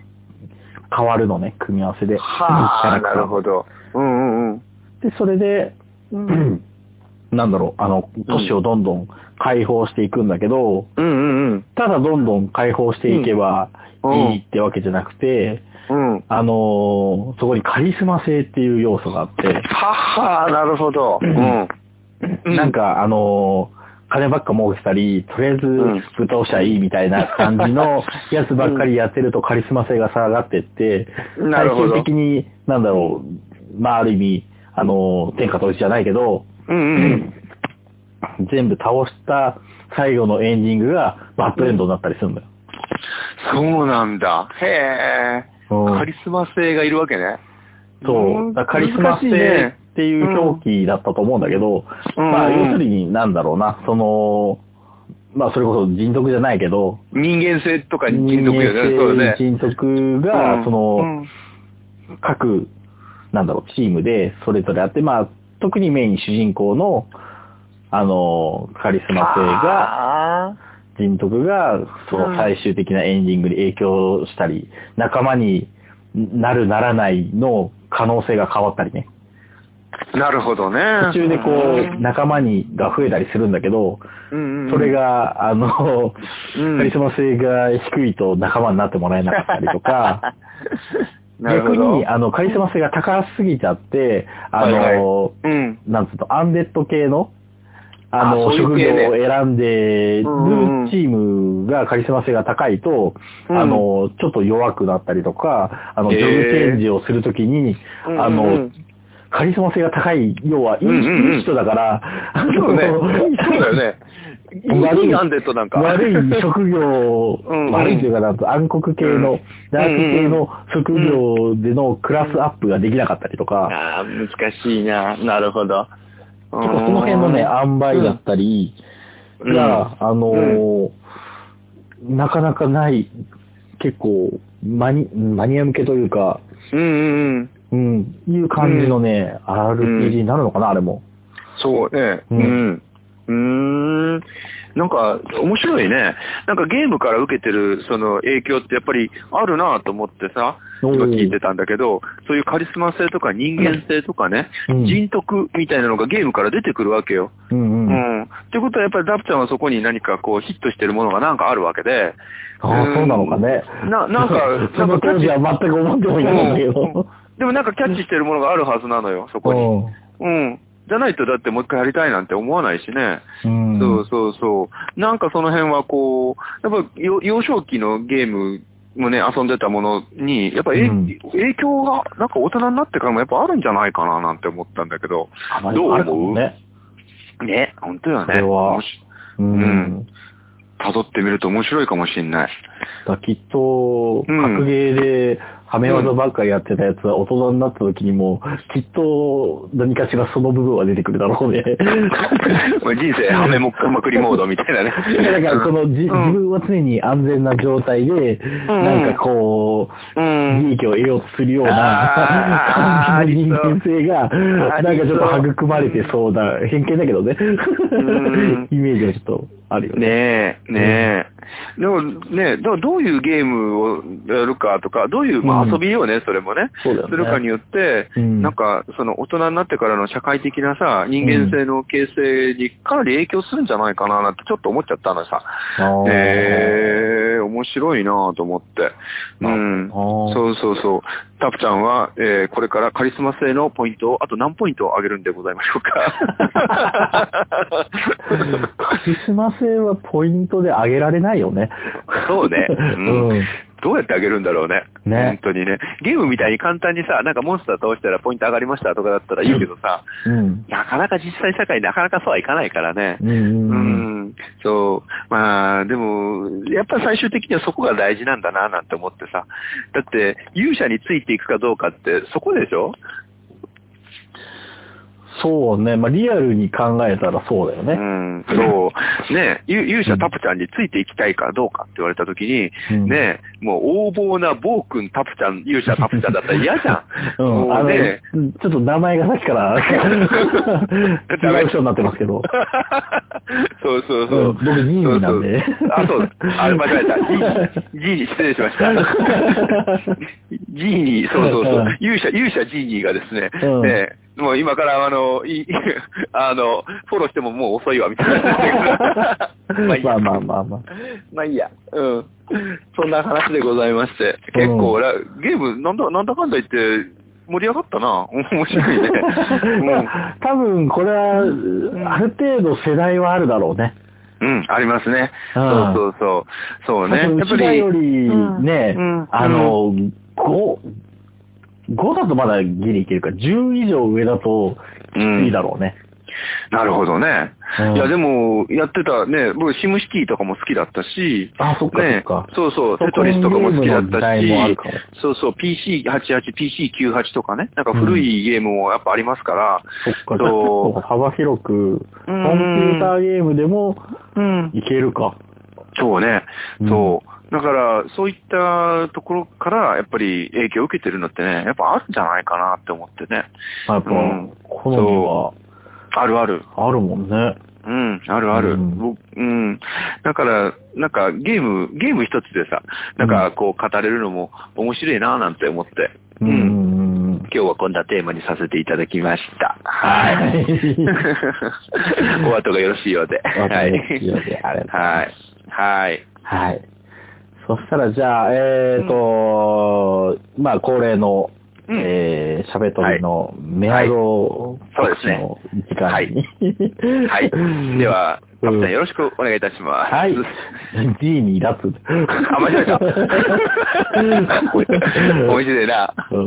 Speaker 2: 変わるのね、組み合わせで。
Speaker 1: はあ、なる
Speaker 2: ど。
Speaker 1: ほど。うんうん
Speaker 2: で、それで、
Speaker 1: うん。
Speaker 2: なんだろう、あの、都市をどんどん解放していくんだけど、
Speaker 1: うんうん
Speaker 2: ただどんどん解放していけば
Speaker 1: うん
Speaker 2: いいってわけじゃなくて、
Speaker 1: うん。うん。
Speaker 2: あのーそこにカリスマ性っていう要素があって、
Speaker 1: ははなるほど。うん。うん
Speaker 2: なんかあのー金ばっか儲けたり、とりあえず
Speaker 1: ん
Speaker 2: ぶっ倒しちゃいいみたいな感 じのやつばっかりやってるとカリスマ性が下がってって、
Speaker 1: なるほど
Speaker 2: 最終的に、なんだろう、まあある意味、あのー天下統一じゃないけど、
Speaker 1: うんうん。
Speaker 2: 全部倒した最後のエンディングがバッドエンドになったりするんだよ。
Speaker 1: そうなんだ。へえ。
Speaker 2: うん
Speaker 1: カリスマ性がいるわけね。
Speaker 2: そう。だからカリスマ性っていう表記だったと思うんだけど、
Speaker 1: うん
Speaker 2: まあ、
Speaker 1: うん
Speaker 2: 要するになんだろうな、その、まあ、それこそ人徳じゃないけど、
Speaker 1: 人間性とか人
Speaker 2: 人
Speaker 1: 徳
Speaker 2: 間
Speaker 1: よね。そうね
Speaker 2: 性、。人徳が、
Speaker 1: うん
Speaker 2: その、、各、なんだろう、チームでそれぞれあって、まあ、特にメインに主人公の、あの、カリスマ性が、
Speaker 1: が、
Speaker 2: 人徳が、そ
Speaker 1: うん
Speaker 2: の最終的なエンディングに影響したり、仲間になるならないの可能性が変わったりね。
Speaker 1: なるほどね。
Speaker 2: 途中でこう、仲間にが増えたりするんだけど、
Speaker 1: うん、
Speaker 2: それ
Speaker 1: が、
Speaker 2: が、あの、
Speaker 1: うん
Speaker 2: カリスマ性が低いと仲間になってもらえなかったり とか、
Speaker 1: なるほ
Speaker 2: 逆
Speaker 1: ど
Speaker 2: に、あの、カリスマ性が高すぎちゃって、あ
Speaker 1: はい
Speaker 2: の、
Speaker 1: うん。
Speaker 2: なんつうの、アンデッド系の、あ
Speaker 1: あそ
Speaker 2: の、
Speaker 1: ういう
Speaker 2: 職
Speaker 1: 系
Speaker 2: 業
Speaker 1: ね
Speaker 2: を選んでる
Speaker 1: うんうん
Speaker 2: チームがカリスマ性が高いと、
Speaker 1: うん
Speaker 2: あの、ちょっと弱くなったりとか、あの、
Speaker 1: へ
Speaker 2: ジ
Speaker 1: ー
Speaker 2: ョブチェンジをするときに、あ
Speaker 1: うんう
Speaker 2: の
Speaker 1: ん、
Speaker 2: カリスマ性が高い、要はいい
Speaker 1: うんうんうん
Speaker 2: いい人だから、あの
Speaker 1: そうね。そうだよ ね。いいアンデッドなんか。
Speaker 2: 悪い職業
Speaker 1: うんう、ん
Speaker 2: 悪いというかなんか暗黒系
Speaker 1: うん
Speaker 2: の、ダーク系の職業でのクラスアップができなかったりとか、
Speaker 1: ああ、難しいな。なるほど。そ
Speaker 2: 結構その辺のね、塩梅だったり
Speaker 1: うん
Speaker 2: が、あのーなかなかない、結構マニ、マニア向けというか、
Speaker 1: うんうんうん。
Speaker 2: うん、いう感じのね、RPG になるのかな、あれも。
Speaker 1: そうね。
Speaker 2: う
Speaker 1: うんん。うーん。なんか、面白いね。なんかゲームから受けてる、その影響ってやっぱりあるなと思ってさ、
Speaker 2: おー
Speaker 1: 今聞いてたんだけど、そういうカリスマ性とか人間性とかね、
Speaker 2: うん
Speaker 1: 人徳みたいなのがゲームから出てくるわけよ。
Speaker 2: うん
Speaker 1: う
Speaker 2: うん。
Speaker 1: ん。ってことはやっぱりダプちゃんはそこに何かこうヒットしてるものがなんかあるわけで。
Speaker 2: ああ、そうなのかね。、
Speaker 1: うん。な、なんか
Speaker 2: そ
Speaker 1: なん
Speaker 2: の
Speaker 1: かキャ
Speaker 2: 当
Speaker 1: ッチ
Speaker 2: 時は全く思ってもいなかったけど。
Speaker 1: うんでもなんかキャッチしてるものがあるはずなのよ、そこ に。うん。じゃないとだってもう一回やりたいなんて思わないしね。
Speaker 2: うん。
Speaker 1: そうそうそう。なんかその辺はこう、やっぱよ幼少期のゲームもね、遊んでたものに、やっぱ、え
Speaker 2: うん
Speaker 1: 影響が、なんか大人になってからもやっぱあるんじゃないかななんて思ったんだけど。
Speaker 2: あまり
Speaker 1: どう
Speaker 2: あるか
Speaker 1: 思
Speaker 2: も
Speaker 1: う
Speaker 2: ね。
Speaker 1: ね、本当よ
Speaker 2: そ
Speaker 1: ね。
Speaker 2: れは
Speaker 1: もし
Speaker 2: う
Speaker 1: うん。辿ってみると面白いかもしん ない。
Speaker 2: だからきっと、
Speaker 1: うん
Speaker 2: 格ゲーで、はめ技ばっかりやってたやつは大人になった時にも、きっと何かしらその部分は出てくるだろうね。
Speaker 1: まあ人生はめもまくりモードみたい なね。
Speaker 2: だからこのじ、自
Speaker 1: うん
Speaker 2: 分は常に安全な状態で、なんかこう、
Speaker 1: うん。
Speaker 2: 利益を得ようとするような
Speaker 1: あー
Speaker 2: 感じの人間性が、なんかちょっと育まれてそうな、偏見だけどね
Speaker 1: ん。
Speaker 2: イメージはちょっとあるよね。
Speaker 1: ねえ、ねえ。でもね、だからどういうゲームをやるかとか、どういう、まあ
Speaker 2: うん
Speaker 1: 遊びよね、それもね。
Speaker 2: そうだよね
Speaker 1: するかによって、
Speaker 2: うん
Speaker 1: なんか、その大人になってからの社会的なさ、人間性の形成にかなり影響するんじゃないかななんてちょっと思っちゃったのさ。
Speaker 2: あー
Speaker 1: ええ面白いなぁと思って。うん。
Speaker 2: あー
Speaker 1: そうそうそう。タプちゃんは、えーこれからカリスマ性のポイントを、あと何ポイントを上げるんでございましょう か。
Speaker 2: カリスマ性はポイントで上げられないよね。
Speaker 1: そうね。うん
Speaker 2: うん
Speaker 1: どうやってあげるんだろうね。
Speaker 2: ね
Speaker 1: 本当にね。ゲームみたいに簡単にさ、なんかモンスター倒したらポイント上がりましたとかだったらいいけどさ、
Speaker 2: うん。
Speaker 1: なかなか実際社会なかなかそうはいかないからね。
Speaker 2: うんう
Speaker 1: うん
Speaker 2: うん。
Speaker 1: ん。そう。まあ、でも、やっぱ最終的にはそこが大事なんだな、なんて思ってさ。だって、勇者についていくかどうかって、そこでしょ
Speaker 2: そうね。まあ、リアルに考えたらそうだよ
Speaker 1: う
Speaker 2: ね。
Speaker 1: ん。そう。ねゆ勇者タプちゃんについていきたいかどうかって言われたときに、
Speaker 2: うん
Speaker 1: ねもう横暴な暴君タプちゃん、勇者タプちゃんだったら嫌じゃん。
Speaker 2: うん。
Speaker 1: も
Speaker 2: あ
Speaker 1: う
Speaker 2: の、
Speaker 1: ね
Speaker 2: ちょっと名前がさっきから、違う人になってますけ ど。
Speaker 1: そうそうそう。
Speaker 2: うん僕ジーニーなんで。
Speaker 1: そうそうあ、そうだ。あれ間違えた。ジーニー、ジーニー失礼しました。ジーニー、そうそうそううん勇者、勇者ジーニーがですね、
Speaker 2: うん
Speaker 1: ねもう今からあの、い あの、フォローしてももう遅いわ、みたい な。まあいい
Speaker 2: ま
Speaker 1: や
Speaker 2: あまあまあまあ。
Speaker 1: まあいいや。うん。そんな話でございまして。結構、らゲーム、なんだ、なんだかんだ言って、盛り上がったな。 面白い ね。うん。
Speaker 2: 多分、これは、ある程度世代はあるだろうね。
Speaker 1: うん、ありますね。
Speaker 2: う
Speaker 1: そ
Speaker 2: ん
Speaker 1: うそうそう。そうね。
Speaker 2: 多
Speaker 1: や
Speaker 2: 分う
Speaker 1: っぱ
Speaker 2: ちら
Speaker 1: り
Speaker 2: よ、り
Speaker 1: うん
Speaker 2: ね
Speaker 1: うん、
Speaker 2: あの、5、5だとまだギリいけるか、10以上上だときついだろうね。
Speaker 1: なるほどね。
Speaker 2: うん
Speaker 1: いや、でも、やってたね、僕、シムシティとかも好きだったし、
Speaker 2: あ、そっかそっ
Speaker 1: ね
Speaker 2: か。、
Speaker 1: そうそう、
Speaker 2: そ
Speaker 1: テ
Speaker 2: こ
Speaker 1: ト
Speaker 2: に
Speaker 1: リスとかも好きだっ
Speaker 2: ゲームの
Speaker 1: た
Speaker 2: 時代
Speaker 1: し
Speaker 2: もあるかも、
Speaker 1: そうそう、PC88、PC98 とかね、なんか古いゲームもやっぱありますから、
Speaker 2: そっか、じゃあ
Speaker 1: そ
Speaker 2: 結
Speaker 1: う
Speaker 2: 構幅広く、コンピューターゲームでも
Speaker 1: うん。
Speaker 2: いけるか。
Speaker 1: そうね
Speaker 2: う、ん
Speaker 1: そう。だから、そういったところから、やっぱり影響を受けてるのってね、やっぱあるんじゃないかなって思ってね。
Speaker 2: まあやっぱ
Speaker 1: うん、
Speaker 2: 好み
Speaker 1: あるある。
Speaker 2: があるもんね。
Speaker 1: うん、あるある。う
Speaker 2: う
Speaker 1: んん、うん。だから、なんかゲーム、ゲーム一つでさ、なんかこう語れるのも面白いなぁなんて思って、
Speaker 2: う
Speaker 1: うんん
Speaker 2: うんうん。
Speaker 1: 今日はこんなテーマにさせていただきました。
Speaker 2: は
Speaker 1: はい。
Speaker 2: い。
Speaker 1: お後がよろしいようで。
Speaker 2: わかりますよねあれ
Speaker 1: はい。はい。
Speaker 2: はい。そしたら、じゃあ、えーと、まあ、恒例の、
Speaker 1: うん
Speaker 2: えー、喋っとりのメア
Speaker 1: は
Speaker 2: ド
Speaker 1: いそうですね
Speaker 2: の時間に。
Speaker 1: はい。で、は、タプちゃんよろしくお願いいたします。
Speaker 2: はい。D に脱。
Speaker 1: あ、間 違えた。おいしいな。
Speaker 2: うん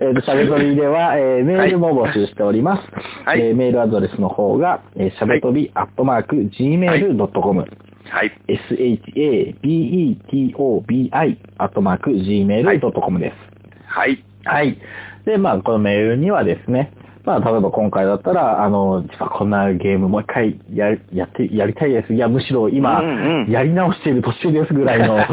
Speaker 2: えっと、しゃべとりでは、えーメールも募集しております。
Speaker 1: はい
Speaker 2: えーメールアドレスの方が、えー、しゃべとび、アットマーク、gmail.com、
Speaker 1: はい。
Speaker 2: shabetobi、アットマーク、gmail.com です。
Speaker 1: はい。
Speaker 2: はい。で、まあ、このメールにはですね、まあ、例えば今回だったら、あの、実はこんなゲームもう一回やりやって、やりたいです。いや、むしろ今、
Speaker 1: うんうん
Speaker 2: やり直している途中ですぐらい の。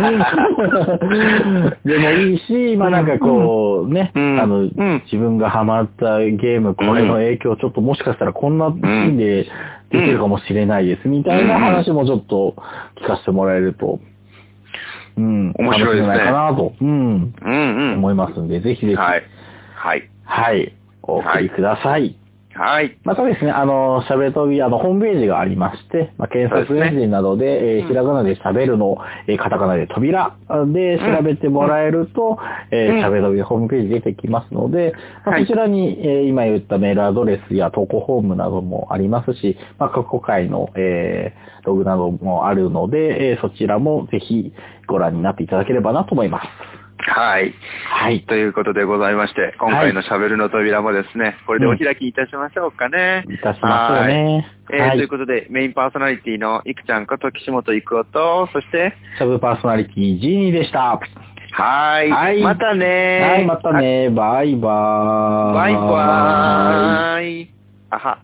Speaker 2: でもいいし、まあなんかこう、ね、
Speaker 1: うん
Speaker 2: あの、
Speaker 1: うん
Speaker 2: 自分がハマったゲーム、これの影響、ちょっともしかしたらこんなシーンでできるかもしれないです、みたいな話もちょっと聞かせてもらえると、うん、
Speaker 1: 面白いですね
Speaker 2: 楽しめないかなと、うん、
Speaker 1: うんうん。
Speaker 2: 思いますんで、ぜひぜひ、
Speaker 1: はい。はい。
Speaker 2: はい。お送りください。
Speaker 1: はい。
Speaker 2: またですね、あの、喋り飛び、あの、ホームページがありまして、まあ、検索エンジンなどで、えーひらがなで喋るの、えーカタカナで扉で調べてもらえると、え
Speaker 1: うん
Speaker 2: ー喋り飛びホームページ出てきますので、まあ
Speaker 1: はい
Speaker 2: こちらに、えー今言ったメールアドレスや投稿フォームなどもありますし、まあ、過去回の、えーログなどもあるので、えーそちらもぜひご覧になっていただければなと思います。
Speaker 1: はい。
Speaker 2: はい。
Speaker 1: ということでございまして、今回の喋るの扉もですね、これでお開きいたしましょうかね。
Speaker 2: いたしましょうね。
Speaker 1: はい。えー
Speaker 2: は
Speaker 1: という
Speaker 2: い。
Speaker 1: ことで、メインパーソナリティのいくちゃんこと岸本郁夫と、そして、
Speaker 2: サブパーソナリティジーニーでした。
Speaker 1: はーい。
Speaker 2: はい
Speaker 1: またねー。
Speaker 2: はい、またね。バイバーイ。
Speaker 1: バイバーイ。あは。